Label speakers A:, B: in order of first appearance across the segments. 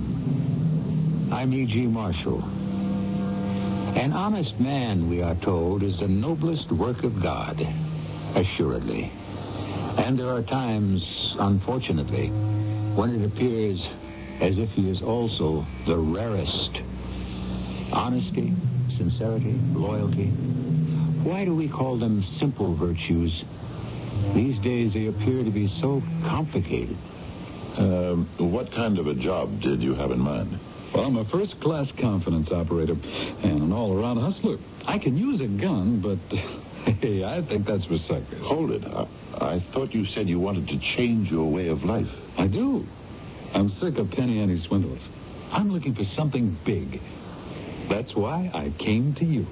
A: Welcome. I'm E.G. Marshall. An honest man, we are told, is the noblest work of God, assuredly. And there are times, unfortunately, when it appears as if he is also the rarest. Honesty, sincerity, loyalty. Why do we call them simple virtues? These days they appear to be so complicated.
B: Um, what kind of a job did you have in mind?
C: Well, I'm a first class confidence operator and an all around hustler. I can use a gun, but hey, I think that's for suckers.
B: Hold it. I, I thought you said you wanted to change your way of life.
C: I do. I'm sick of penny ante swindles. I'm looking for something big. That's why I came to you.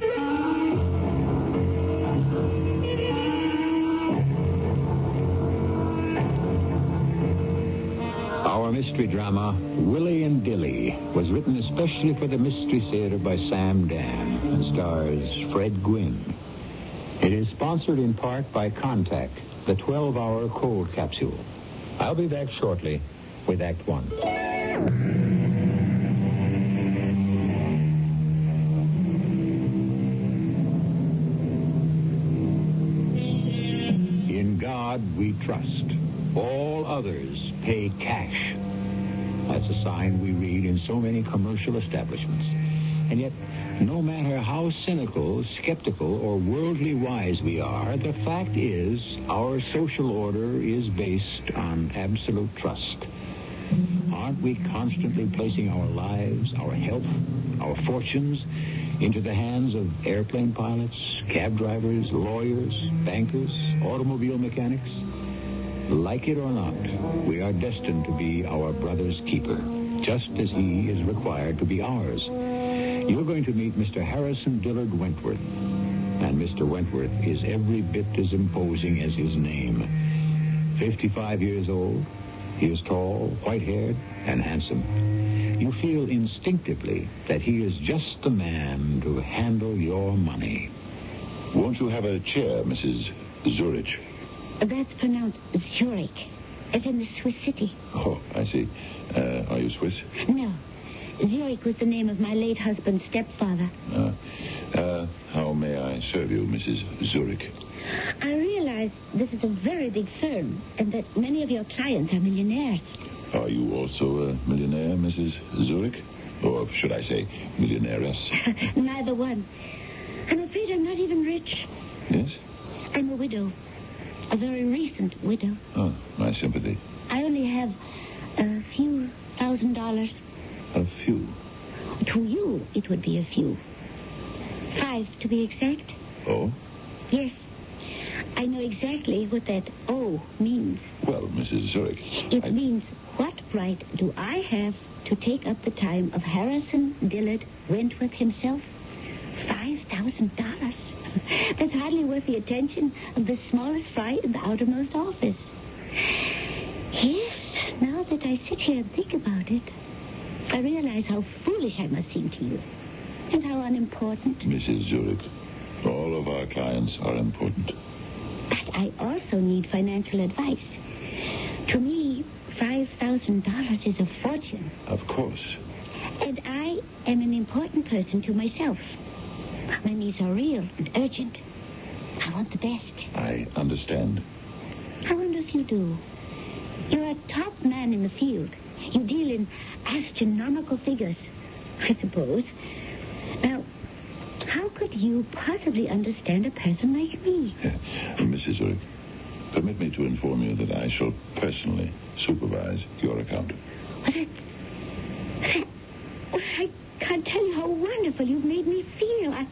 A: Our mystery drama, Willie and Dilly, was written especially for the Mystery Theater by Sam Dan and stars Fred Gwynn. It is sponsored in part by Contact, the 12 hour cold capsule. I'll be back shortly with Act One. In God we trust. All others pay cash. That's a sign we read in so many commercial establishments. And yet, no matter how cynical, skeptical, or worldly wise we are, the fact is our social order is based on absolute trust. Aren't we constantly placing our lives, our health, our fortunes into the hands of airplane pilots, cab drivers, lawyers, bankers, automobile mechanics? Like it or not, we are destined to be our brother's keeper, just as he is required to be ours. You're going to meet Mr. Harrison Dillard Wentworth. And Mr. Wentworth is every bit as imposing as his name. 55 years old, he is tall, white haired, and handsome. You feel instinctively that he is just the man to handle your money.
B: Won't you have a chair, Mrs. Zurich?
D: That's pronounced Zurich, as in the Swiss city.
B: Oh, I see. Uh, are you Swiss?
D: No, Zurich was the name of my late husband's stepfather.
B: Uh, uh, how may I serve you, Mrs. Zurich?
D: I realize this is a very big firm and that many of your clients are millionaires.
B: Are you also a millionaire, Mrs. Zurich? Or should I say, millionaires?
D: Neither one. I'm afraid I'm not even rich.
B: Yes?
D: I'm a widow, a very recent widow.
B: Oh, my sympathy.
D: I only have a few thousand dollars.
B: A few.
D: To you, it would be a few. Five, to be exact.
B: Oh?
D: Yes. I know exactly what that O means.
B: Well, Mrs. Zurich.
D: It
B: I-
D: means what right do I have to take up the time of Harrison Dillard Wentworth himself? Five thousand dollars. That's hardly worth the attention of the smallest fry in the outermost office. Yes, now that I sit here and think about it, I realize how foolish I must seem to you, and how unimportant.
B: Mrs. Zurich, all of our clients are important.
D: But I also need financial advice. To me, $5,000 is a fortune,
B: Of course.
D: and I am an important person to myself. My needs are real and urgent. I want the best.
B: I understand.
D: I wonder if you do. You're a top man in the field. You deal in astronomical figures, I suppose. Now, how could you possibly understand a person like me?
B: Mrs. Zurich, permit me to inform you that I shall personally supervise your account.
D: Well, that, that, well, I can't tell you how wonderful you've made me feel. I,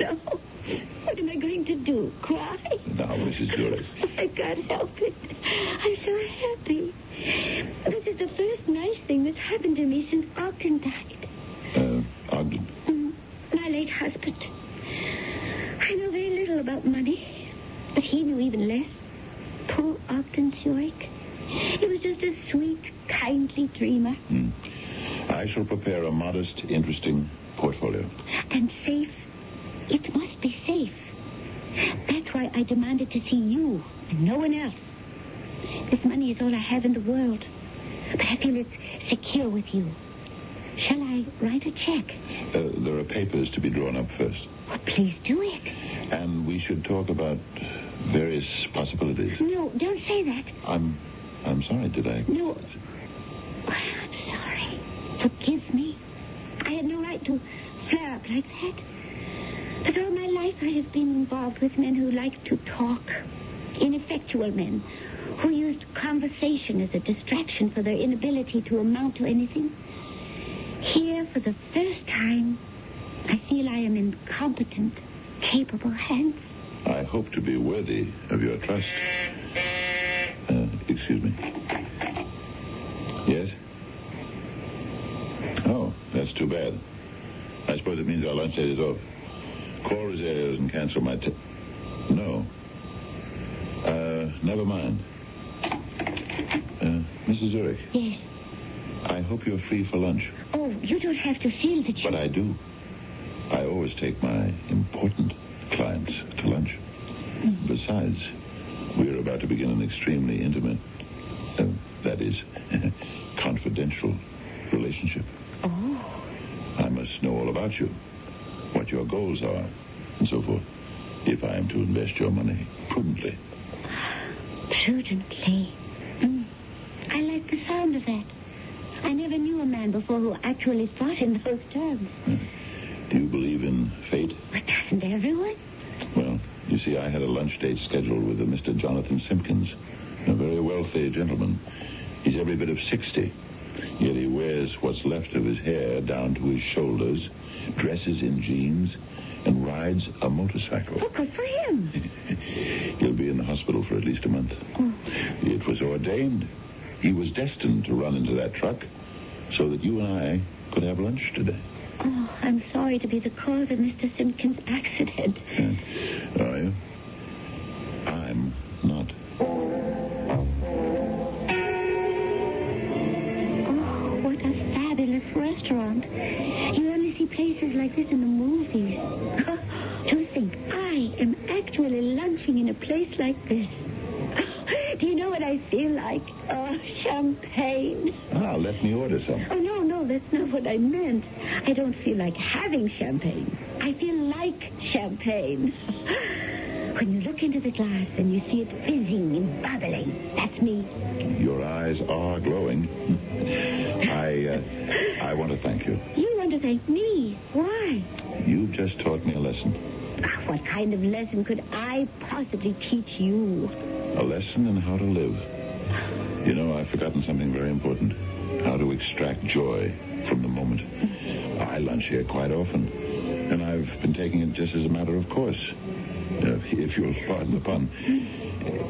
D: no. What am I going to do? Cry?
B: Now, Mrs. Zurich.
D: I can't help it. I'm so happy. This is the first nice thing that's happened to me since Ogden died.
B: Uh, Ogden,
D: Mm, My late husband. I know very little about money, but he knew even less. Poor Ogden Zurich. He was just a sweet, kindly dreamer.
B: hmm. I shall prepare a modest, interesting portfolio.
D: And safe. It must be safe. That's why I demanded to see you and no one else. This money is all I have in the world. But I feel it's secure with you. Shall I write a check?
B: Uh, there are papers to be drawn up first.
D: Well, please do it.
B: And we should talk about various possibilities.
D: No, don't say that.
B: I'm I'm sorry, did I?
D: No. I'm sorry. Forgive me. I had no right to flare up like that. But all my life I have been involved with men who like to talk. Ineffectual men who used conversation as a distraction for their inability to amount to anything. Here, for the first time, I feel I am in competent, capable hands.
B: I hope to be worthy of your trust. Uh, excuse me. Yes? Oh, that's too bad. I suppose it means our lunch date is off. Call Rosario's and cancel my tip. No. Uh, never mind. Uh, Mrs. Zurich,
D: Yes.
B: I hope you're free for lunch.
D: Oh, you don't have to feel that you.
B: But I do. I always take my important clients to lunch. Besides, we're about to begin an extremely intimate, uh, that is, confidential relationship.
D: Oh,
B: I must know all about you, what your goals are, and so forth, if I am to invest your money prudently.
D: prudently. Mm. I like the sound of that. I never knew a man before who actually thought in those terms.
B: Do you believe in fate?
D: But doesn't everyone?
B: Well, you see, I had a lunch date scheduled with a Mr. Jonathan Simpkins, a very wealthy gentleman. He's every bit of 60, yet he wears what's left of his hair down to his shoulders, dresses in jeans, and rides a motorcycle.
D: Oh, good for him.
B: He'll be in the hospital for at least a month. It was ordained. He was destined to run into that truck so that you and I could have lunch today.
D: Oh, I'm sorry to be the cause of Mr. Simpkins' accident.
B: Are you? I'm not.
D: Oh, what a fabulous restaurant. You only see places like this in the movies. to think I am actually lunching in a place like this. Do you know what I feel like? Oh, champagne.
B: Ah, let me order some.
D: Oh, no, no, that's not what I meant. I don't feel like having champagne. I feel like champagne. When you look into the glass and you see it fizzing and bubbling, that's me.
B: Your eyes are glowing. I, uh, I want to thank you.
D: You want to thank me. Why?
B: You've just taught me a lesson.
D: Ah, What kind of lesson could I possibly teach you?
B: A lesson in how to live. You know, I've forgotten something very important. How to extract joy from the moment. I lunch here quite often, and I've been taking it just as a matter of course. Uh, if you'll pardon the pun.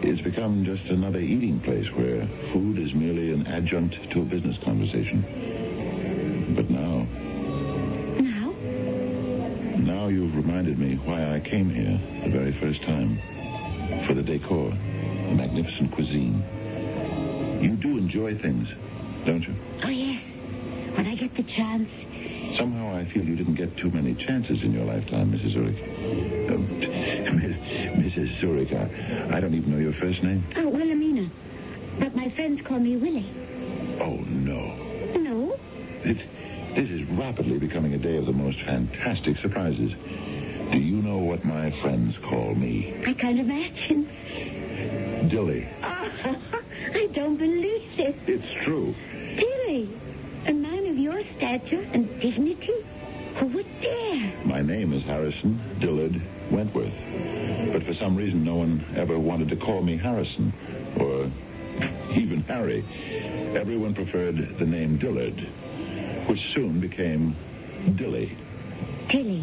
B: It's become just another eating place where food is merely an adjunct to a business conversation. But now,
D: Now?
B: Now you've reminded me why I came here the very first time. For the decor, the magnificent cuisine. You do enjoy things, don't you?
D: Oh, yes. When I get the chance.
B: Somehow I feel you didn't get too many chances in your lifetime, Mrs. Zurich. Um, Mrs. Zurich, I, I don't even know your first name.
D: Oh, Wilhelmina. But my friends call me Willie.
B: Oh, no.
D: No?
B: It, this is rapidly becoming a day of the most fantastic surprises. Do you know what my friends call me?
D: I can't imagine.
B: Dilly.
D: I don't believe it.
B: It's true.
D: Really? A man of your stature and dignity? Who would dare?
B: My name is Harrison Dillard Wentworth. But for some reason, no one ever wanted to call me Harrison or even Harry. Everyone preferred the name Dillard, which soon became Dilly.
D: Tilly.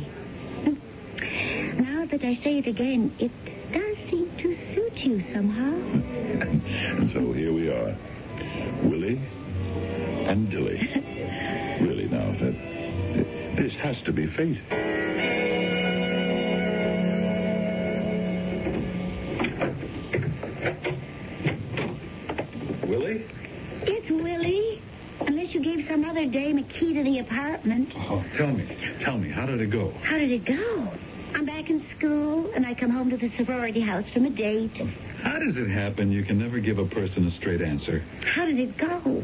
D: Hmm. Now that I say it again, it does seem to suit you somehow.
B: And so here we are Willie and Dilly. Really, now, that, this has to be fate. Willie?
D: It's Willie. Unless you gave some other dame a key to the apartment.
C: Uh-huh.
B: Oh, tell me, tell me, how did it go?
D: How did it go? I I'm back in school, and I come home to the sorority house from a date.
C: How does it happen you can never give a person a straight answer?
D: How did it go?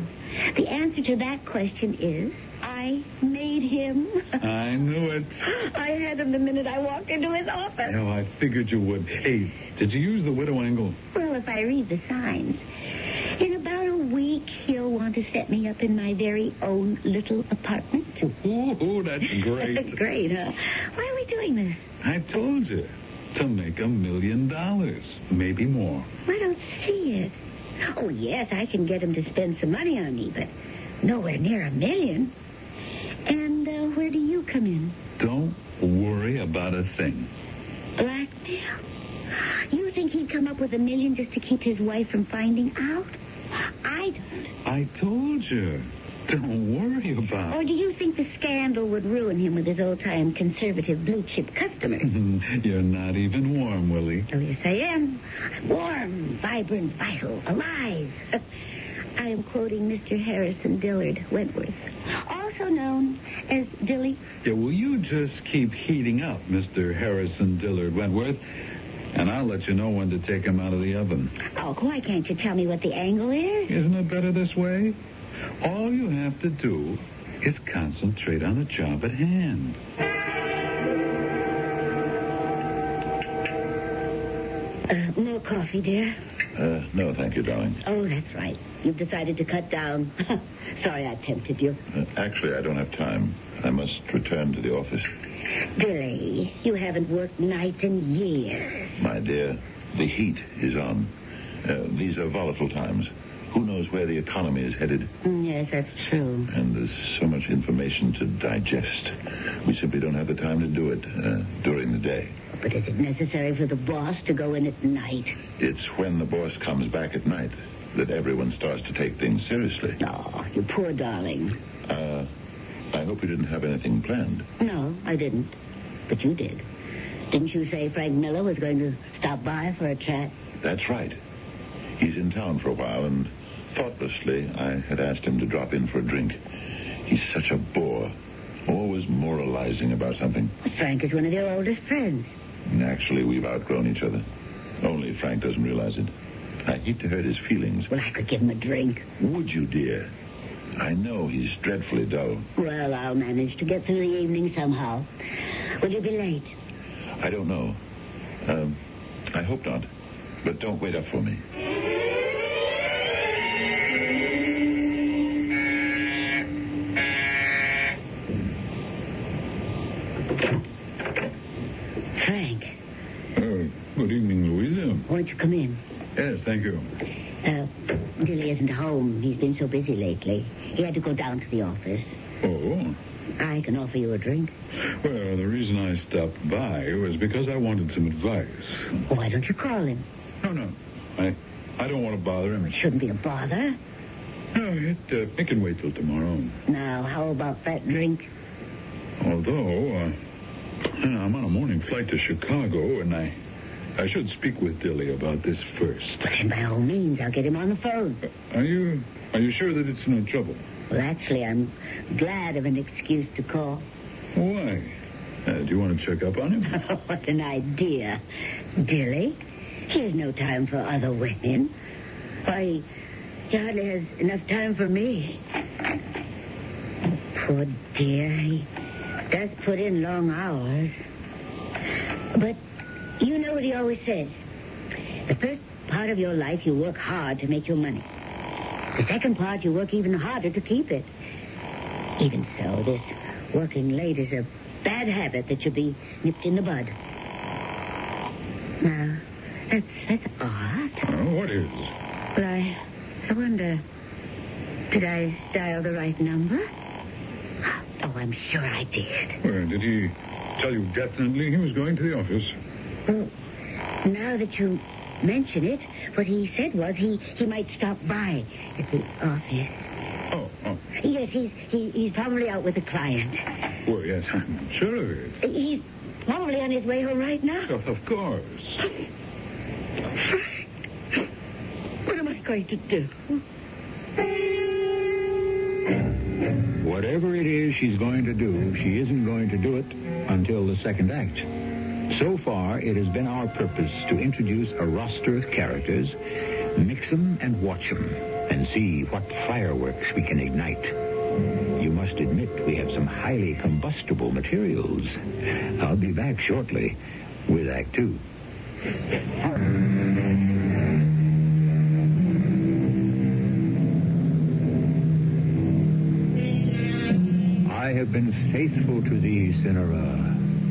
D: The answer to that question is I made him.
C: I knew it.
D: I had him the minute I walked into his office.
C: No, I figured you would. Hey, did you use the widow angle?
D: Well, if I read the signs. In about a week, he'll want to set me up in my very own little apartment.
C: Ooh, that's great.
D: Great, huh? Why are we doing this?
C: I told you. To make a million dollars, maybe more.
D: I don't see it. Oh, yes, I can get him to spend some money on me, but nowhere near a million. And uh, where do you come in?
C: Don't worry about a thing.
D: Blackmail? You think he'd come up with a million just to keep his wife from finding out? I don't.
C: I told you. Don't worry about
D: Or do you think the scandal would ruin him with his old-time conservative blue-chip
B: Mm-hmm.
D: customers?
C: You're not even warm, Willie.
D: Oh, yes, I am. I'm warm, vibrant, vital, alive. I am quoting Mr. Harrison Dillard Wentworth, also known as Dilly.
C: Yeah, will you just keep heating up, Mr. Harrison Dillard Wentworth? And I'll let you know when to take him out of the oven.
D: Oh, why can't you tell me what the angle is?
C: Isn't it better this way? All you have to do is concentrate on the job at hand.
D: Uh, more coffee, dear.
B: Uh, no, thank you, darling.
D: Oh, that's right. You've decided to cut down. Sorry I tempted you.
B: Uh, actually, I don't have time. I must return to the office.
D: Billy, you haven't worked nights in years.
B: My dear, the heat is on. Uh, these are volatile times. Who knows where the economy is headed?
D: Mm, Yes, that's true.
B: And there's so much information to digest. We simply don't have the time to do it uh, during the day.
D: But is it necessary for the boss to go in at night?
B: It's when the boss comes back at night that everyone starts to take things seriously.
D: Oh, you poor darling.
B: Uh, I hope you didn't have anything planned.
D: No, I didn't. But you did. Didn't you say Frank Miller was going to stop by for a chat?
B: That's right. He's in town for a while, and thoughtlessly I had asked him to drop in for a drink. He's such a bore, always moralizing about something.
D: Frank is one of your oldest friends.
B: And Actually, we've outgrown each other. Only Frank doesn't realize it. I hate to hurt his feelings.
D: Well, I could give him a drink.
B: Would you, dear? I know he's dreadfully dull.
D: Well, I'll manage to get through the evening somehow. Will you be late?
B: I don't know. Um, I hope not. But don't wait up for me.
D: Frank,
C: Oh, good evening, Louisa.
D: won't you come in?
C: Yes, thank you.
D: Uh, Dilly isn't home. He's been so busy lately. He had to go down to the office.
C: Oh,
D: I can offer you a drink.
C: well, the reason I stopped by was because I wanted some advice.
D: Why don't you call him?
C: No, no. I, I don't want to bother him.
D: It shouldn't be a bother.
C: No, it, uh, it can wait till tomorrow.
D: Now, how about that drink?
C: Although, uh, I'm on a morning flight to Chicago, and I, I should speak with Dilly about this first.
D: And by all means, I'll get him on the phone.
C: Are you, are you sure that it's no trouble?
D: Well, actually, I'm glad of an excuse to call.
C: Why? Uh, do you want to check up on him?
D: what an idea. Dilly, he has no time for other women. Why, he hardly has enough time for me. Poor dear, he does put in long hours. But you know what he always says. The first part of your life, you work hard to make your money. The second part, you work even harder to keep it. Even so, this working late is a bad habit that should be nipped in the bud. Now, that's that's odd.
C: Uh, what is?
D: But I, I wonder, did I dial the right number? Oh, I'm sure I did.
C: Well, did he tell you definitely he was going to the office?
D: Well, now that you mention it, what he said was he, he might stop by at the office.
C: Oh, oh.
D: Yes, he's, he, he's probably out with a client.
C: Well, yes, I'm sure of it.
D: He's probably on his way home right now.
C: Of of course.
D: What am I going to do?
A: Whatever it is she's going to do, she isn't going to do it until the second act. So far, it has been our purpose to introduce a roster of characters, mix 'em and watch 'em, and see what fireworks we can ignite. You must admit we have some highly combustible materials. I'll be back shortly with Act Two. I have been faithful to thee, Cinera,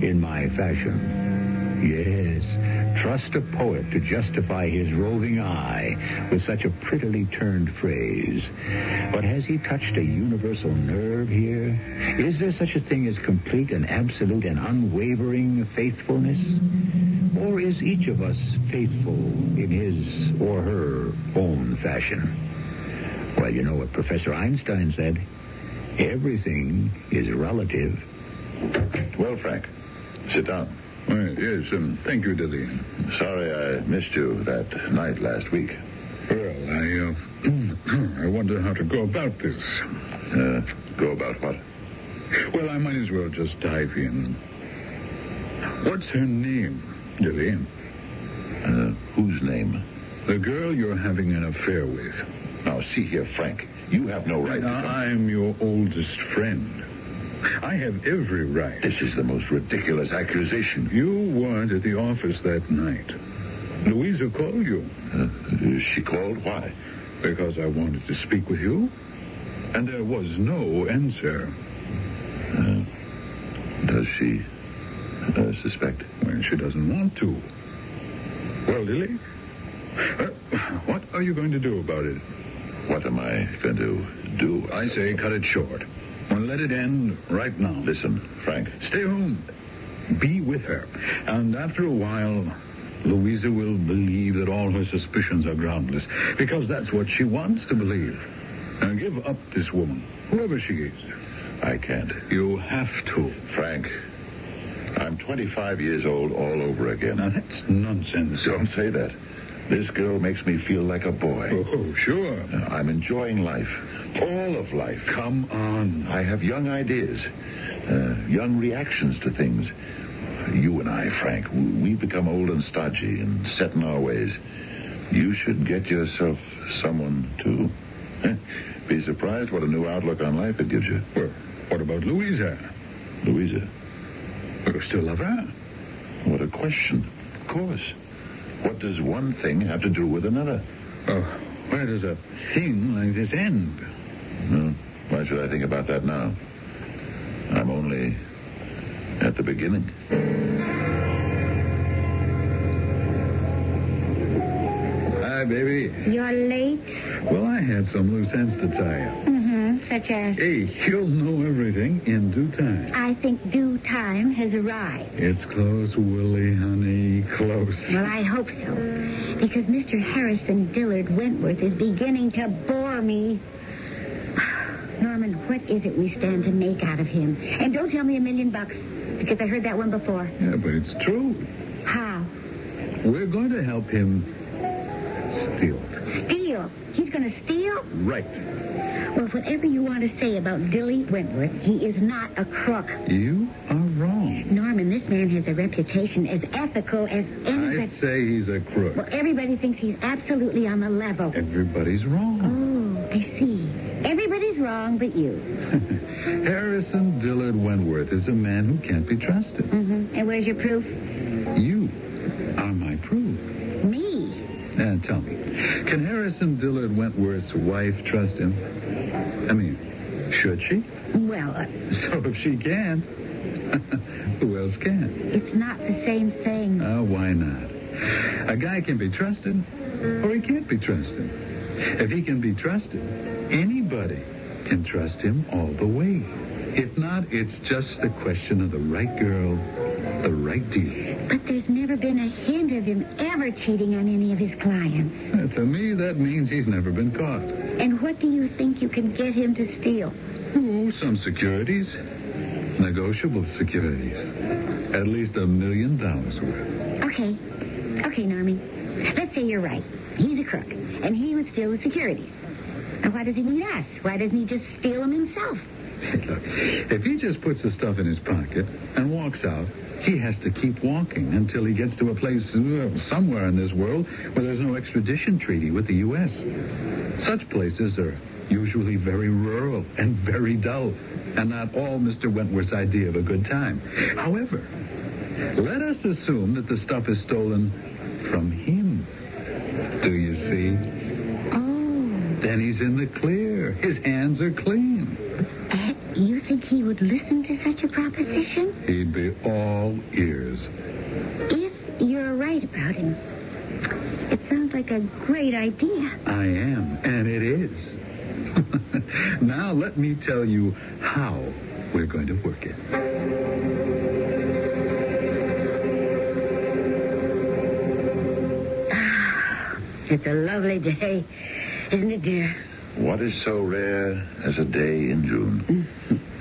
A: in my fashion. Yes, trust a poet to justify his roving eye with such a prettily turned phrase. But has he touched a universal nerve here? Is there such a thing as complete and absolute and unwavering faithfulness? Or is each of us faithful in his or her own fashion? Well, you know what Professor Einstein said. Everything is relative.
E: Well, Frank, sit down.
B: yes, um, thank you, Dilly.
E: Sorry I missed you that night last week.
B: Well, I, uh, I wonder how to go about this.
E: Uh, go about what?
B: Well, I might as well just dive in. What's her name, Dilly?
E: Uh, whose name?
B: The girl you're having an affair with.
E: Now, see here, Frank. You have no right to
B: Now,
E: come-
B: I'm your oldest friend. I have every right.
E: This is the most ridiculous accusation.
B: You weren't at the office that night. Louisa called you
E: Uh, she called? Why?
B: because I wanted to speak with you, and there was no answer.
E: Uh, Does she uh, suspect?
B: Well, she doesn't want to. Well, Lily, uh, what are you going to do about it?
E: What am I going to do?
B: I say cut it short. Well, let it end right now.
E: Listen, Frank.
B: Stay home. Be with her. And after a while, Louisa will believe that all her suspicions are groundless because that's what she wants to believe. Now give up this woman, whoever she is.
E: I can't.
B: You have to.
E: Frank, I'm 25 years old all over
B: Now
E: again.
B: that's nonsense.
E: Don't say that. This girl makes me feel like a boy.
B: Oh, sure.
E: Uh, I'm enjoying life, all of life.
B: Come on.
E: I have young ideas, uh, young reactions to things. You and I, Frank, w- we've become old and stodgy and set in our ways. You should get yourself someone, too. Be surprised what a new outlook on life it gives you.
B: Well, what about Louisa?
E: Louisa,
B: You still love her?
E: what a question. Of course. What does one thing have to do with another?
B: Oh, where does a thing like this end?
E: Hmm, Why should I think about that now? I'm only at the beginning.
B: Hi, baby.
D: You're late.
B: Well, I had some loose ends to tie up.
D: Mm-hmm. Such as
B: Hey, you'll know everything in due time.
D: I think due time has arrived.
B: It's close, Willie, honey, close.
D: Well, I hope so. Because Mr. Harrison Dillard Wentworth is beginning to bore me. Norman, what is it we stand to make out of him? And don't tell me a million bucks, because I heard that one before.
B: Yeah, but it's true.
D: How?
B: We're going to help him steal.
D: Steal. He's going to steal?
B: Right.
D: Well, whatever you want to say about Dilly Wentworth, he is not a crook.
B: You are wrong.
D: Norman, this man has a reputation as ethical as
B: I
D: anybody.
B: say he's a
D: Well,
B: crook.
D: everybody thinks he's absolutely on the level.
B: Everybody's wrong.
D: Oh, I see. Everybody's wrong but you.
B: Harrison Dillard Wentworth is a man who can't be trusted.
D: Mm-hmm. And where's your proof?
B: You are my proof.
D: Me.
B: Uh, tell me, can Harrison Dillard Wentworth's wife trust him? I mean, should she?
D: Well, uh,
B: So if she can't, who else can?
D: it's not the same thing.
B: Uh, why not? A guy can be trusted, or he can't be trusted. If he can be trusted, anybody can trust him all the way. If not, it's just a question of the right girl, the right deal.
D: But there's never been a hint of him ever cheating on any of his clients.
B: Uh, to me, that means he's never been caught.
D: And what do you think you can get him to steal?
B: Oh, some securities. Negotiable securities. At least a million dollars worth.
D: Okay. Okay, Normie. Let's say you're right. He's a crook, and he would steal the securities. Now, why does he need us? Why doesn't he just steal them himself?
B: Look, if he just puts the stuff in his pocket and walks out,
C: He has to keep walking until he gets to a place uh, somewhere in this world where there's no extradition treaty with the U.S. Such places are usually very rural and very dull, and not all Mr. Wentworth's idea of a good time. However, let us assume that the stuff is stolen from him. Do you see?
D: Oh,
C: Then he's in the clear. His hands are clean.
D: uh, you think he would listen to such a proposition?
C: He'd be all ears.
D: If you're right about him. It sounds like a great idea.
C: I am, and it is. now let me tell you how we're going to work it.
D: It's a lovely day, isn't it, dear?
B: What is so rare as a day in June?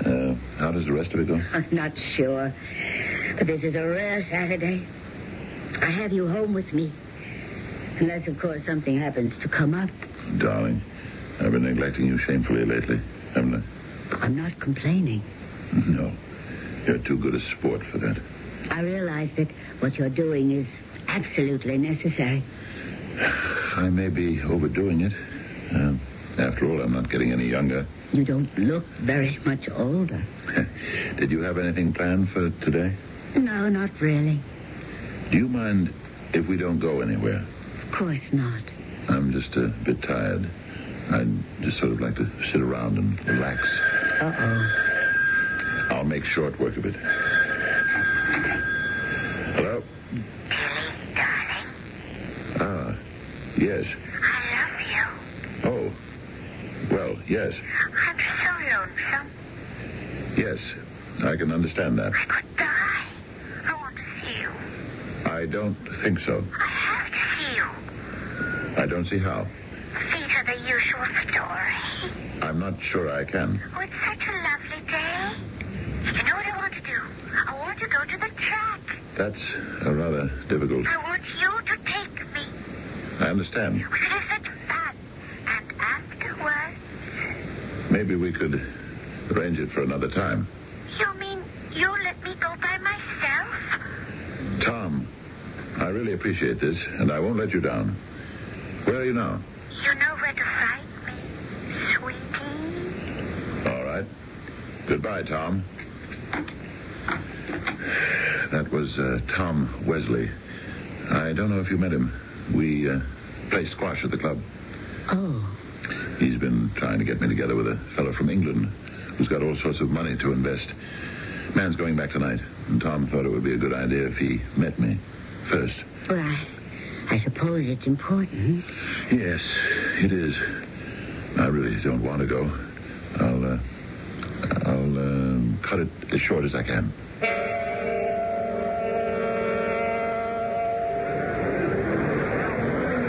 B: Uh, how does the rest of it go?
D: I'm not sure. But this is a rare Saturday. I have you home with me. Unless, of course, something happens to come up.
B: Darling, I've been neglecting you shamefully lately, haven't
D: I'm not complaining.
B: I? No. You're too good a sport for that.
D: I realize that what you're doing is absolutely necessary.
B: I may be overdoing it. Uh, after all, I'm not getting any younger.
D: You don't look very much older.
B: Did you have anything planned for today?
D: No, not really.
B: Do you mind if we don't go anywhere?
D: Of course not.
B: I'm just a bit tired. I'd just sort of like to sit around and relax.
D: Uh-oh.
B: I'll make short work of it. Hello?
F: Amy, darling,
B: Ah, yes.
F: I love you.
B: Oh, well, yes,
F: I'm so lonesome.
B: yes. I can understand that.
F: I could die. I want to see you.
B: I don't think so.
F: I have to see you.
B: I don't see how.
F: These are the usual story.
B: I'm not sure I can.
F: Oh, it's such a lovely day. You know what I want to do? I want to go to the track.
B: That's uh, rather difficult.
F: I want you to take me.
B: I understand.
F: It is such fun. And afterwards,
B: Maybe we could arrange it for another time.
F: you mean you'll let me go by myself?
B: Tom, I really appreciate this, and I won't let you down. Where are you now?
F: You know where to find me, sweetie.
B: All right. Goodbye, Tom. That was uh, Tom Wesley. I don't know if you met him. We uh, play squash at the club.
D: Oh.
B: He's been trying to get me together with a fellow from England who's got all sorts of money to invest. Man's going back tonight, and Tom thought it would be a good idea if he met me first.
D: Well, I, I suppose it's important.
B: Yes, it is. I really don't want to go. I'll, uh, I'll um, cut it as short as I can.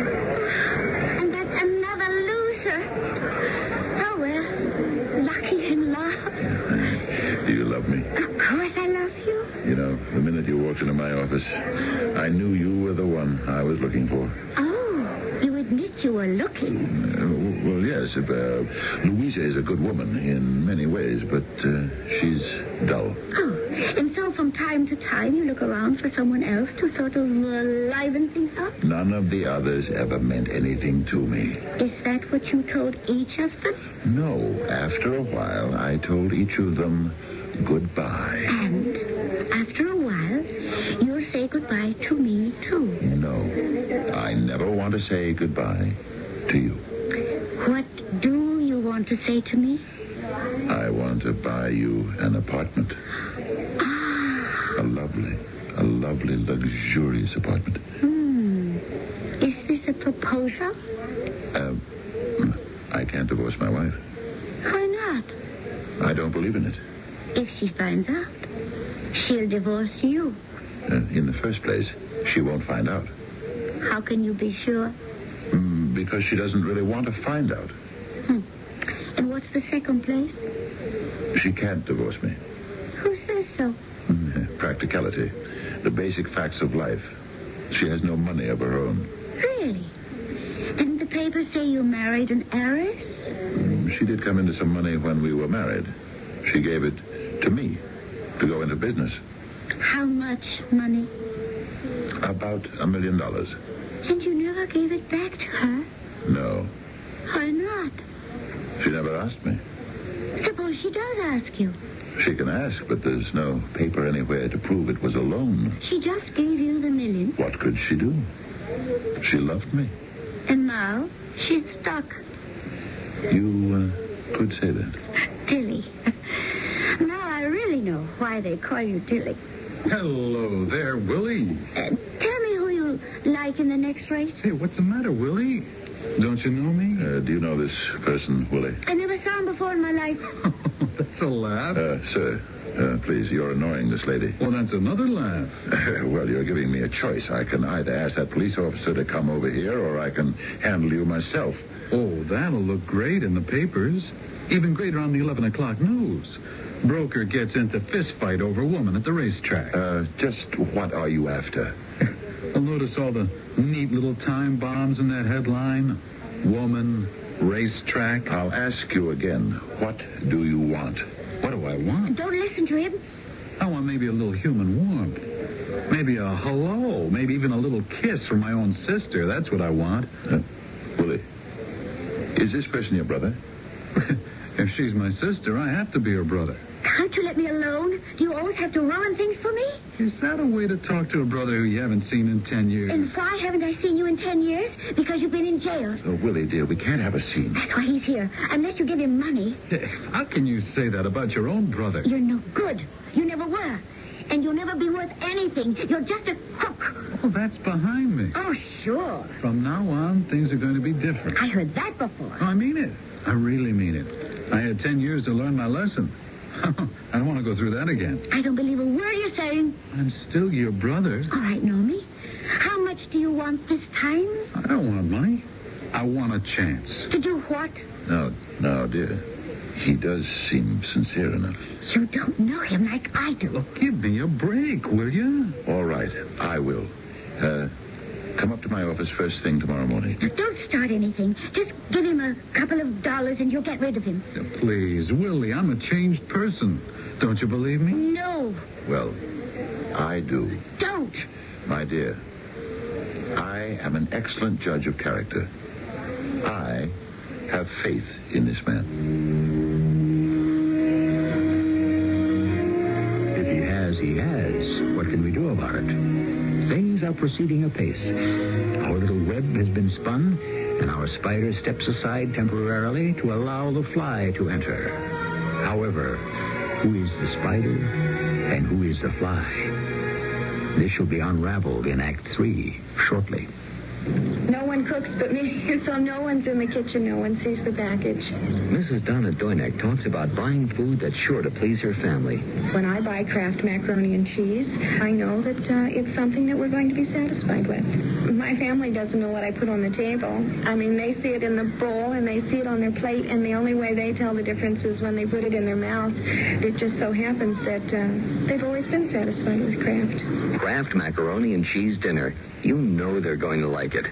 D: And that's another loser. Oh, well. Lucky and love.
B: Do you love me?
D: Of course I love you.
B: You know, the minute you walked into my office, I knew you were the one I was looking for.
D: Oh, you admit you were looking.
B: Uh, w- well, yes, if, uh, Louisa is a good woman in many ways, but uh, she's dull.
D: Oh, and so from time to time you look around for someone else to sort of uh, liven things up?
B: None of the others ever meant anything to me.
D: Is that what you told each of them?
B: No, after a while, I told each of them goodbye.
D: And after a while, you'll say goodbye to me, too.
B: No, I never want to say goodbye to you.
D: What do you want to say to me?
B: I want to buy you an apartment.
D: Ah,
B: A lovely, a lovely, luxurious apartment.
D: Hmm. Is this a proposal?
B: Um, I can't divorce my wife.
D: Why not?
B: I don't believe in it.
D: If she finds out, she'll divorce you.
B: Uh, in the first place, she won't find out.
D: How can you be sure?
B: Mm, because she doesn't really want to find out.
D: And what's the second place?
B: She can't divorce me.
D: Who says so?
B: Mm, Practicality. The basic facts of life. She has no money of her own.
D: Really? Didn't the papers say you married an heiress?
B: Mm, She did come into some money when we were married. She gave it to me to go into business.
D: How much money?
B: About a million dollars.
D: And you never gave it back to her?
B: No.
D: Why not?
B: She never asked me.
D: Suppose she does ask you.
B: She can ask, but there's no paper anywhere to prove it was a loan.
D: She just gave you the million,
B: What could she do? She loved me.
D: and now she's stuck.
B: You uh, could say that.
D: Dilly. now I really know why they call you Dilly.
C: Hello there, Willie.
D: Uh, tell me who you like in the next race.
C: Hey, what's the matter, Willie? Don't you know me?
B: Uh, do you know this person, Willie?
D: I never saw him before in my life.
C: that's a laugh.
B: Uh, sir, uh, please, you're annoying this lady.
C: well, that's another laugh.
B: well, you're giving me a choice. I can either ask that police officer to come over here, or I can handle you myself.
C: Oh, that'll look great in the papers. Even greater on the 11 o'clock news. Broker gets into fist fight over woman at the racetrack.
B: Uh, just what are you after?
C: I'll notice all the neat little time bombs in that headline. Woman, racetrack.
B: I'll ask you again. What do you want? Uh,
C: What do I want?
D: Don't listen to him.
C: I want maybe a little human warmth. Maybe a hello. Maybe even a little kiss from my own sister. That's what I want.
B: Uh, Willie, is this person your brother?
C: if she's my sister, I have to be her brother.
D: Can't you let me alone? Do you always have to ruin things for me?
C: Is that a way to talk to a brother who you haven't seen in ten years?
D: And why haven't I seen you in ten years? Because you've been in jail.
B: Oh, Willie, dear, we can't have a scene.
D: That's why he's here. Unless you give him money,
C: How can you say that about your own brother?
D: you're no good. You never were. And you'll never be worth anything. You're just a crook.
C: Oh, that's behind me.
D: Oh, sure.
C: From now on, things are going to be different.
D: I heard that before.
C: I mean it. I really mean it. I had ten years to learn my lesson. I don't want to go through that again.
D: I don't believe a word you're saying.
C: I'm still your brother.
D: All right, Normie. How much do you want this time?
C: I don't want money. I want a chance.
D: To do what?
B: No, no, dear. He does seem sincere enough.
D: You don't know him like I do.
C: Look, give me a break, will you?
B: All right, I will. Uh, come up to my office first thing tomorrow morning.
D: Now, don't start anything. Just give him a couple of dollars and you'll get rid of him.
C: Please, Willie, I'm a changed person. Don't you believe me?
D: No,
B: Well, I do.
D: don't.
B: My dear, I am an excellent judge of character. I have faith in this man.
A: If he has, he has. What can we do about it? Things are proceeding apace. Our little web has been spun, and our spider steps aside temporarily to allow the fly to enter. However, who is the spider and who is the fly? This shall be unraveled in Act Three shortly.
G: No one cooks but me, so no one's in the kitchen. No one sees the package.
A: Mrs. Donna Doynek talks about buying food that's sure to please her family.
G: When I buy Kraft macaroni and cheese, I know that uh, it's something that we're going to be satisfied with. My family doesn't know what I put on the table. I mean, they see it in the bowl and they see it on their plate, and the only way they tell the difference is when they put it in their mouth. It just so happens that uh, they've always been satisfied with Kraft.
A: Kraft macaroni and cheese dinner. You know they're going to like it.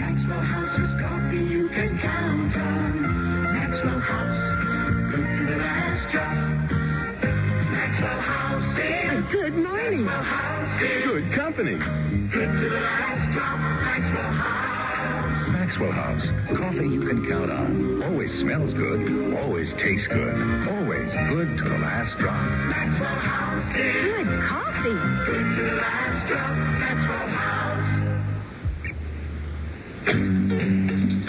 H: Maxwell House is coffee you can count on. Maxwell House, good to the last drop. Maxwell House is
G: Good morning.
H: Maxwell House is
B: Good company.
H: good to the last drop. Maxwell House.
B: Maxwell House. Coffee you can count on. Always smells good. Always tastes good. Always good to the last drop.
H: Maxwell House is
G: Good coffee.
H: good to the last drop. Maxwell House.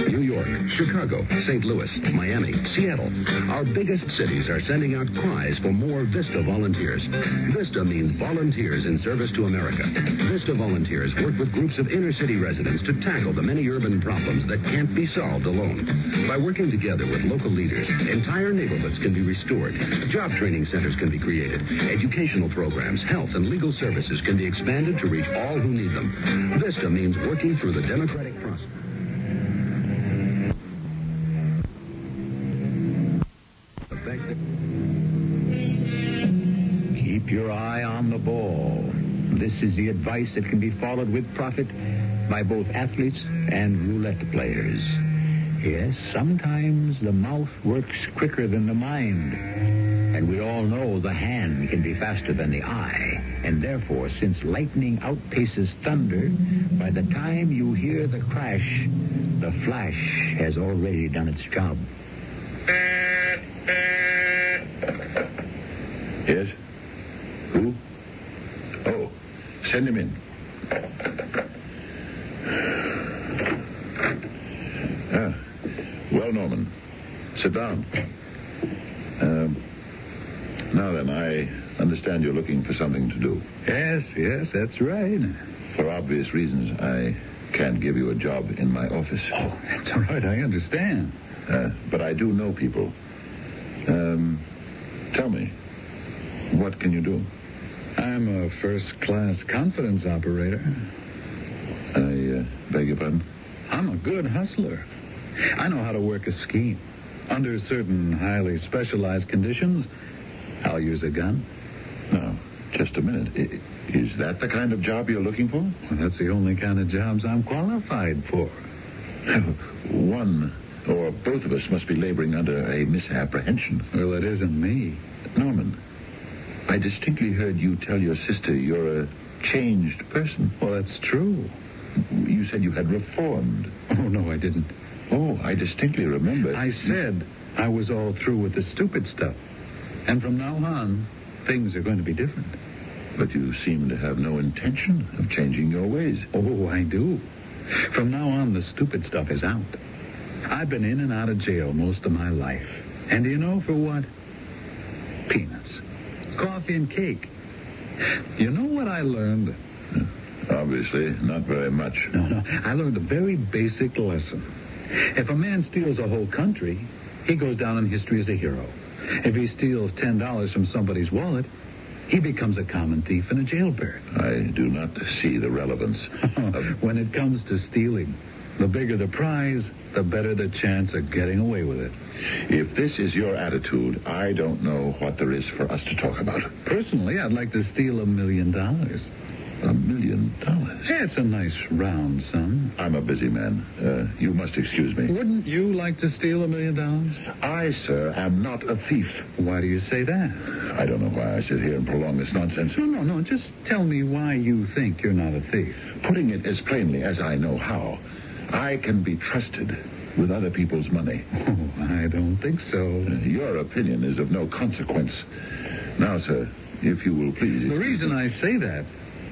B: New York, Chicago, St. Louis, Miami, Seattle. Our biggest cities are sending out cries for more VISTA volunteers. VISTA means volunteers in service to America. VISTA volunteers work with groups of inner city residents to tackle the many urban problems that can't be solved alone. By working together with local leaders, entire neighborhoods can be restored, job training centers can be created, educational programs, health, and legal services can be expanded to reach all who need them. VISTA means working through the democratic process.
A: Keep your eye on the ball. This is the advice that can be followed with profit by both athletes and roulette players. Yes, sometimes the mouth works quicker than the mind.
I: And we all know the hand can be faster than the eye. And therefore, since lightning outpaces thunder, by the time you hear the crash, the flash has already done its job.
B: Yes? Who? Oh, send him in. Ah, well, Norman, sit down. Um, now then, I understand you're looking for something to do.
A: Yes, yes, that's right.
B: For obvious reasons, I can't give you a job in my office.
A: Oh, that's all right. I understand.
B: Uh, but I do know people. Um, tell me, what can you do?
A: I'm a first-class confidence operator.
B: I uh, beg your pardon?
A: I'm a good hustler. I know how to work a scheme. Under certain highly specialized conditions, I'll use a gun.
B: Now, Uh, just a minute. I- Is that the kind of job you're looking for?
A: Well, that's the only kind of jobs I'm qualified for.
B: One or both of us must be laboring under a misapprehension.
A: Well, it isn't me.
B: Norman, I distinctly heard you tell your sister you're a changed person.
A: Well, that's true.
B: You said you had reformed.
A: Oh, no, I didn't.
B: Oh, I distinctly remember.
A: I said I was all through with the stupid stuff. And from now on, things are going to be different.
B: But you seem to have no intention of changing your ways.
A: Oh, I do. From now on, the stupid stuff is out. I've been in and out of jail most of my life. And do you know for what? Peanuts. Coffee and cake. You know what I learned?
B: Obviously, not very much.
A: No, no. I learned a very basic lesson. If a man steals a whole country, he goes down in history as a hero. If he steals $10 from somebody's wallet, he becomes a common thief and a jailbird.
B: I do not see the relevance of
A: when it comes to stealing, the bigger the prize, the better the chance of getting away with it.
B: If this is your attitude, I don't know what there is for us to talk about.
A: Personally, I'd like to steal a million dollars.
B: A million dollars.
A: Yeah, it's a nice round sum.
B: I'm a busy man. Uh, you must excuse me.
A: Wouldn't you like to steal a million dollars?
B: I, sir, am not a thief.
A: Why do you say that?
B: I don't know why I sit here and prolong this nonsense.
A: No, no, no. Just tell me why you think you're not a thief.
B: Putting it as plainly as I know how, I can be trusted with other people's money.
A: Oh, I don't think so.
B: Your opinion is of no consequence. Now, sir, if you will please.
A: The reason I say that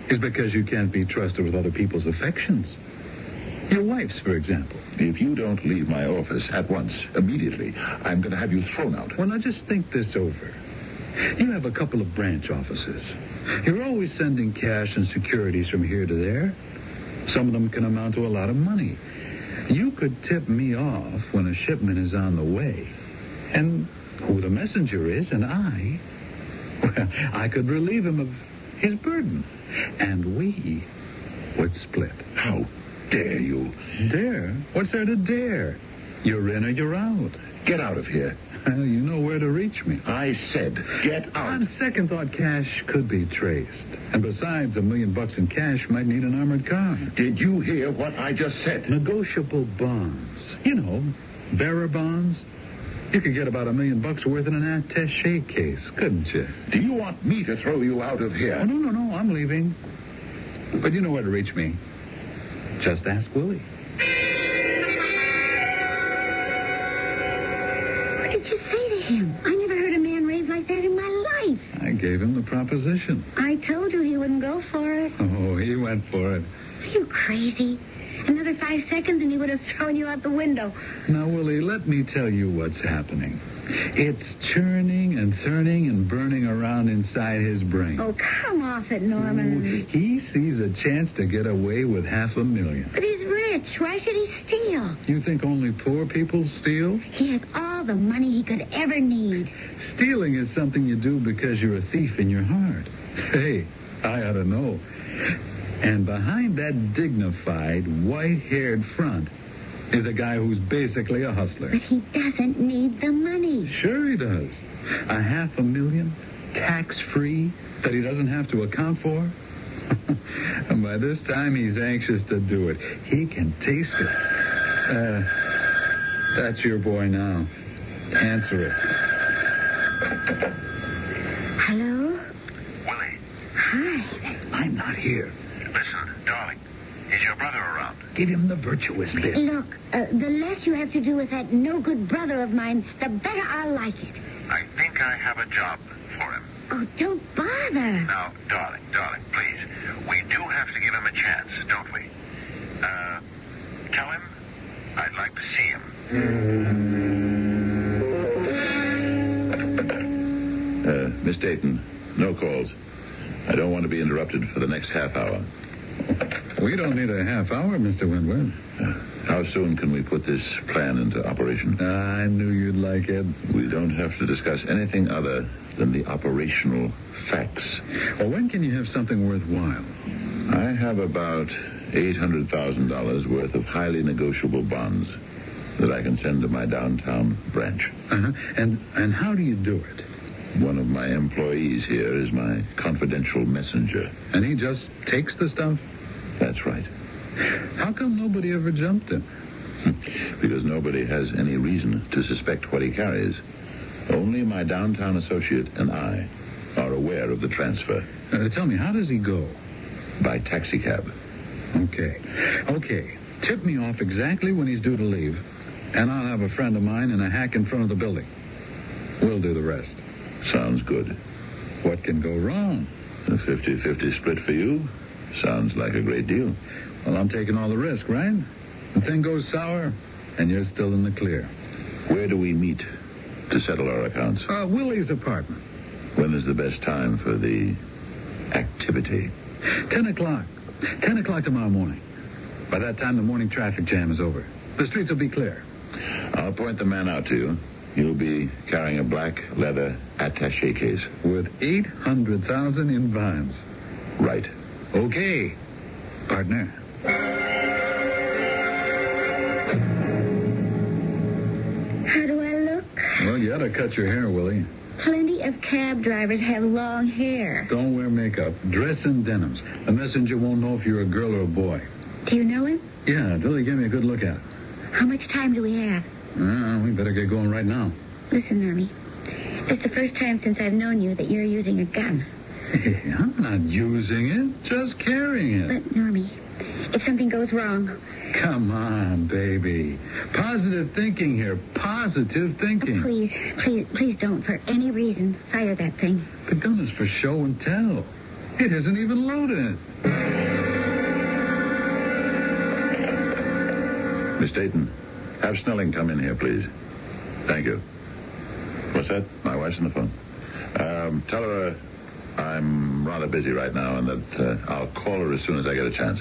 A: is because you can't be trusted with other people's affections. Your wife's, for example.
B: If you don't leave my office at once, immediately, I'm going to have you thrown out.
A: Well, now just think this over. You have a couple of branch offices. You're always sending cash and securities from here to there. Some of them can amount to a lot of money. You could tip me off when a shipment is on the way, and who the messenger is, and I, well, I could relieve him of his burden, and we would split.
B: How dare you?
A: Dare? What's there to dare? You're in or you're out.
B: Get out of here.
A: Well, you know where to reach me.
B: I said, get out.
A: On second thought, cash could be traced. And besides, a million bucks in cash might need an armored car.
B: Did you hear what I just said?
A: Negotiable bonds. You know, bearer bonds. You could get about a million bucks worth in an attache case, couldn't you?
B: Do you want me to throw you out of
A: Oh,
B: here?
A: no, no, no, I'm leaving. But you know where to reach me. Just ask Willie.
D: What did you say to him? I never heard a man rave like that in my life.
A: I gave him the proposition.
D: I told you he wouldn't go for it.
A: Oh, he went for it.
D: Are you crazy? Another five seconds and he would have thrown you out the window.
A: Now, Willie, let me tell you what's happening. It's churning and turning and burning around inside his brain.
D: Oh, come off it, Norman.
A: He sees a chance to get away with half a million.
D: But he's rich. Why should he steal?
A: You think only poor people steal?
D: He has all the money he could ever need.
A: Stealing is something you do because you're a thief in your heart. Hey, I ought to know. And behind that dignified, white-haired front is a guy who's basically a hustler.
D: But he doesn't need the money.
A: Sure he does. A half a million, tax free, that he doesn't have to account for. and by this time, he's anxious to do it. He can taste it. Uh, that's your boy now. Answer it.
D: Hello?
J: Willie,
D: Hi.
A: I'm not here.
J: listen, darling. Is your brother around?
A: Give him the virtuous list.
D: Look, uh, the less you have to do with that no good brother of mine, the better I'll like it.
J: I think I have a job for him.
D: Oh, don't bother.
J: Now, darling, darling, please. We do have to give him a chance, don't we? Uh, tell him I'd like to see him.
B: Uh, Miss Dayton, no calls. I don't want to be interrupted for the next half hour.
A: We don't need a half hour, Mr. Wentworth.
B: Uh, how soon can we put this plan into operation?
A: I knew you'd like it.
B: We don't have to discuss anything other than the operational facts.
A: Well, when can you have something worthwhile?
B: I have about $800,000 worth of highly negotiable bonds that I can send to my downtown branch.
A: Uh-huh. And and how do you do it?
B: One of my employees here is my confidential messenger.
A: And he just takes the stuff?
B: That's right.
A: How come nobody ever jumped him?
B: Because nobody has any reason to suspect what he carries. Only my downtown associate and I are aware of the transfer
A: Uh, tell me, how does he go?
B: by taxicab.
A: Okay. Okay. Tip me off exactly when he's due to leave, and I'll have a friend of mine in a hack in front of the building. We'll do the rest.
B: Sounds good.
A: What can go wrong?
B: A 50 50 split for you? Sounds like a great deal.
A: Well, I'm taking all the risk, right? The thing goes sour, and you're still in the clear.
B: Where do we meet to settle our accounts?
A: Uh, Willie's apartment.
B: When is the best time for the activity?
A: Ten o'clock. Ten o'clock tomorrow morning. By that time, the morning traffic jam is over. The streets will be clear.
B: I'll point the man out to you. You'll be carrying a black leather attache case.
A: With 800,000 in bonds.
B: Right.
A: Okay, partner.
D: How do I look?
A: Well, you ought to cut your hair, Willie.
D: Plenty of cab drivers have long hair.
A: Don't wear makeup. Dress in denims. The messenger won't know if you're a girl or a boy.
D: Do you know him?
A: Yeah, until he give me a good look at it.
D: How much time do we have?
A: Uh, we better get going right now.
D: Listen, Ernie. It's the first time since I've known you that you're using a gun.
A: I'm not using it, just carrying it.
D: But, Normie, if something goes wrong,
A: Come on, baby. Positive thinking here. Positive thinking.
D: please, please, please don't, for any reason, fire that thing.
A: The gun is for show and tell. It isn't even loaded.
B: Miss Dayton, have Snelling come in here, please. Thank you. What's that? My wife's on the phone. Um, tell her uh, I'm rather busy right now and that uh, I'll call her as soon as I get a chance.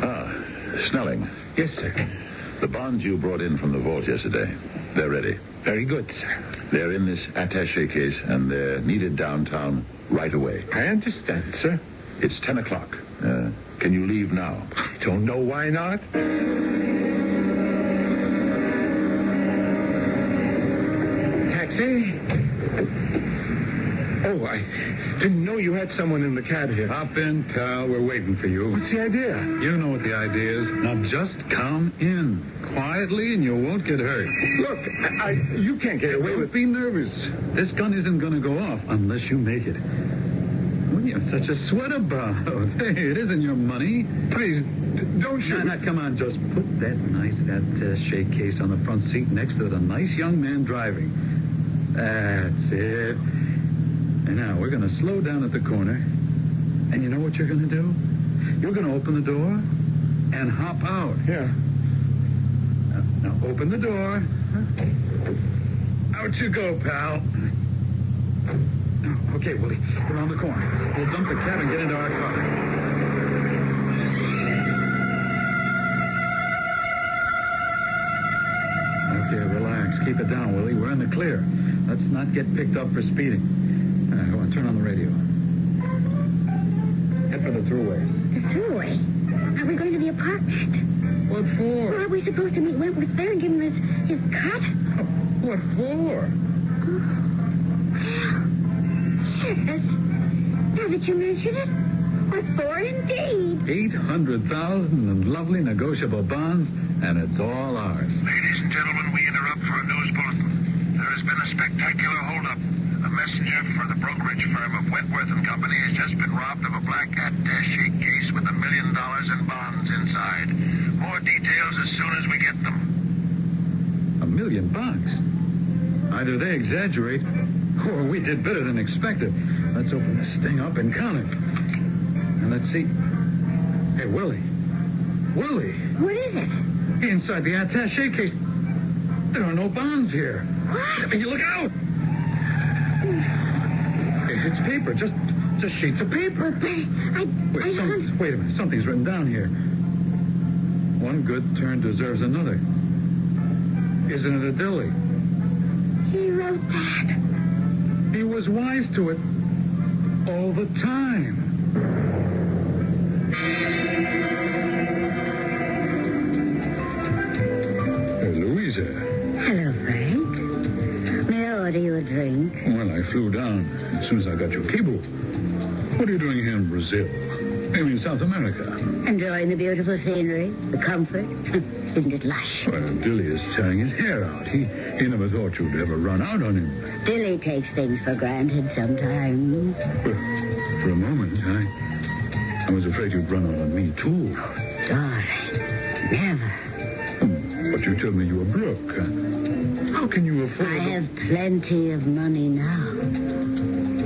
B: Ah, Snelling,
A: Yes, sir.
B: the bonds you brought in from the vault yesterday, they're ready.
A: Very good, sir.
B: They're in this attache case and they're needed downtown right away.
A: I understand, sir.
B: It's 10 o'clock. Uh, can you leave now?
A: I don't know why not.
K: Taxi? Oh, I didn't know you had someone in the cab here.
A: Hop in, pal. We're waiting for you.
K: What's the idea?
A: You know what the idea is. Now just come in quietly and you won't get hurt.
K: Look, I, I you can't get away
A: Don't
K: with
A: be nervous. This gun isn't going to go off unless you make it. What are you in such a sweat about? Hey, it isn't your money.
K: Please, d- don't
A: Now,
K: shoot.
A: now, come on, just put that nice attache case on the front seat next to the nice young man driving. That's it. And now we're going to slow down at the corner. And you know what you're going to do? You're going to open the door and hop out.
K: Yeah.
A: Now, now open the door. Out you go, pal. Now, Okay, Willie, around the corner. We'll dump the cab and get into our car. Okay, relax. Keep it down, Willie. We're in the clear. Let's not get picked up for speeding. Uh, go on, turn on the radio. Head for the thruway.
D: The throughway. Are we going to the apartment?
A: What
D: Or
A: for?
D: are we supposed to meet Wentworth there and give him his, his cut? Oh,
A: What for?
D: Yes. Now that you mention it, a for indeed.
A: 800,000 in lovely negotiable bonds, and it's all ours.
J: Ladies and gentlemen, we interrupt for a news bulletin. The
F: There has been a spectacular holdup. A messenger for the brokerage firm of Wentworth and Company has just been robbed of a black attaché case with a million dollars in bonds inside. More details as soon as we get them.
C: A million bucks? Either they exaggerate, or we did better than expected. Let's open this thing up and count it. And let's see. Hey, Willie. Willie!
D: What is it?
C: Inside the attache case, there are no bonds here. What? You look out! It's paper, just just sheets of paper.
D: I, I
C: Wait,
D: haven't.
C: some, wait a minute. Something's written down here. One good turn deserves another. Isn't it a dilly?
D: He wrote that.
C: He was wise to it all the time. Hey, Uh, Louisa.
D: Hello, Frank. May I order you a drink?
C: Well, I flew down as soon as I got your cable. What are you doing here in Brazil? I mean, South America.
D: Enjoying the beautiful scenery, the comfort. Isn't it lush?
C: Well, Billy is tearing his hair out. He, he never thought you'd ever run out on him.
D: Billy takes things for granted sometimes.
C: Well, for a moment, I, I was afraid you'd run out on me, too.
D: Dory, never.
C: But you told me you were broke. huh? How can you afford...
D: I have plenty of money now.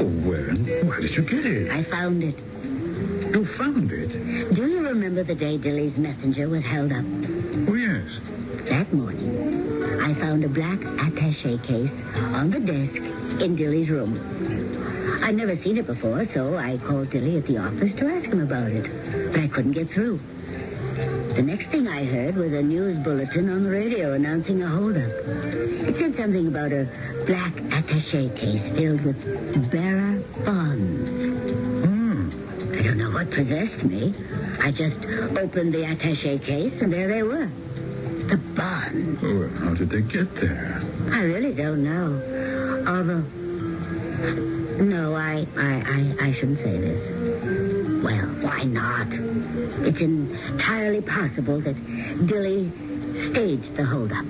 C: Oh, where and where did you get it?
D: I found it.
C: You found it?
D: Do you remember the day Dilly's messenger was held up?
C: Oh, yes.
D: That morning, I found a black attache case on the desk in Dilly's room. I'd never seen it before, so I called Dilly at the office to ask him about it. But I couldn't get through. The next thing I heard was a news bulletin on the radio announcing a holdup. It said something about a black attache case filled with bearer bonds.
C: Hmm.
D: I don't know what possessed me. I just opened the attache case, and there they were. The bonds.
C: Oh, well, how did they get there?
D: I really don't know. Although, no, I, I, I, I shouldn't say this. Well, why not? It's entirely possible that Dilly staged the holdup.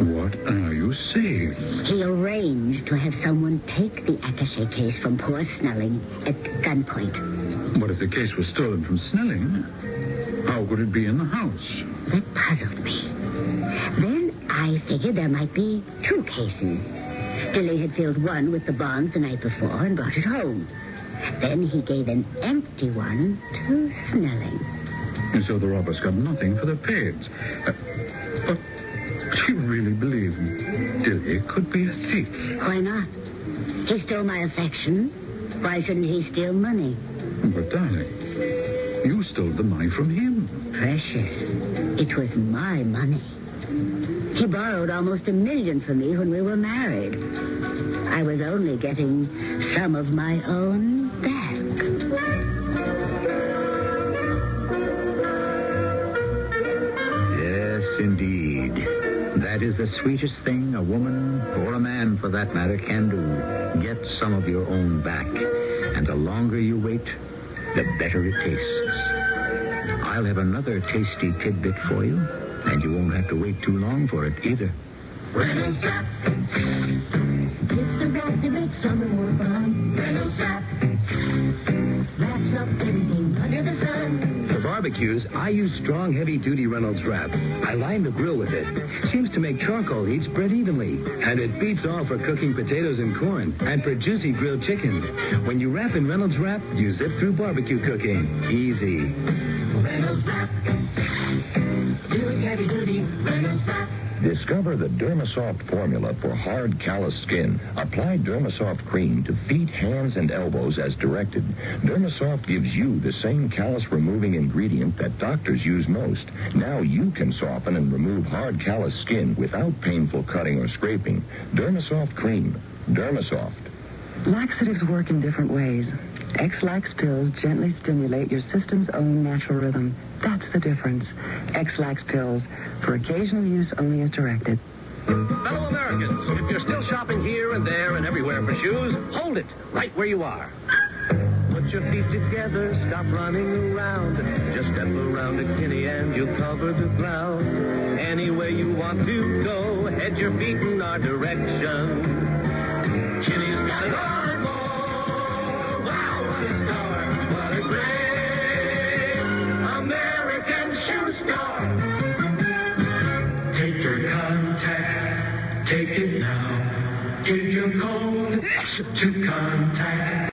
C: What are you saying?
D: He arranged to have someone take the attache case from poor Snelling at gunpoint.
C: What if the case was stolen from Snelling? How could it be in the house?
D: That puzzled me. Then I figured there might be two cases. Dilly had filled one with the bonds the night before and brought it home. Then he gave an empty one to Snelling.
C: And so the robbers got nothing for their pains. Uh, but do you really believe Dilly could be a thief?
D: Why not? He stole my affection. Why shouldn't he steal money?
C: But, darling, you stole the money from him.
D: Precious. It was my money. He borrowed almost a million from me when we were married. I was only getting some of my own back.
A: Yes, indeed. That is the sweetest thing a woman, or a man for that matter, can do. Get some of your own back. And the longer you wait, the better it tastes. I'll have another tasty tidbit for you, and you won't have to wait too long for it either.
H: It's the best to make summer more fun. Reynolds Wrap wraps up everything under the sun.
A: For barbecues, I use strong, heavy duty Reynolds Wrap. I line the grill with it. Seems to make charcoal heat spread evenly. And it beats all for cooking potatoes and corn and for juicy grilled chicken. When you wrap in Reynolds Wrap, you zip through barbecue cooking. Easy.
H: Reynolds Wrap. Doing heavy duty. Reynolds Wrap.
B: Discover the Dermasoft formula for hard, callous skin. Apply Dermasoft cream to feet, hands, and elbows as directed. Dermasoft gives you the same callus removing ingredient that doctors use most. Now you can soften and remove hard, callous skin without painful cutting or scraping. Dermasoft cream. Dermasoft.
L: Laxatives work in different ways. X-Lax pills gently stimulate your system's own natural rhythm. That's the difference. X-Lax pills, for occasional use only as directed.
M: Fellow Americans, if you're still shopping here and there and everywhere for shoes, hold it right where you are. Put your feet together, stop running around. Just step around a guinea and you'll cover the ground. Anywhere you want to go, head your feet in our direction.
H: contact. Take it now. If you're cold, to contact.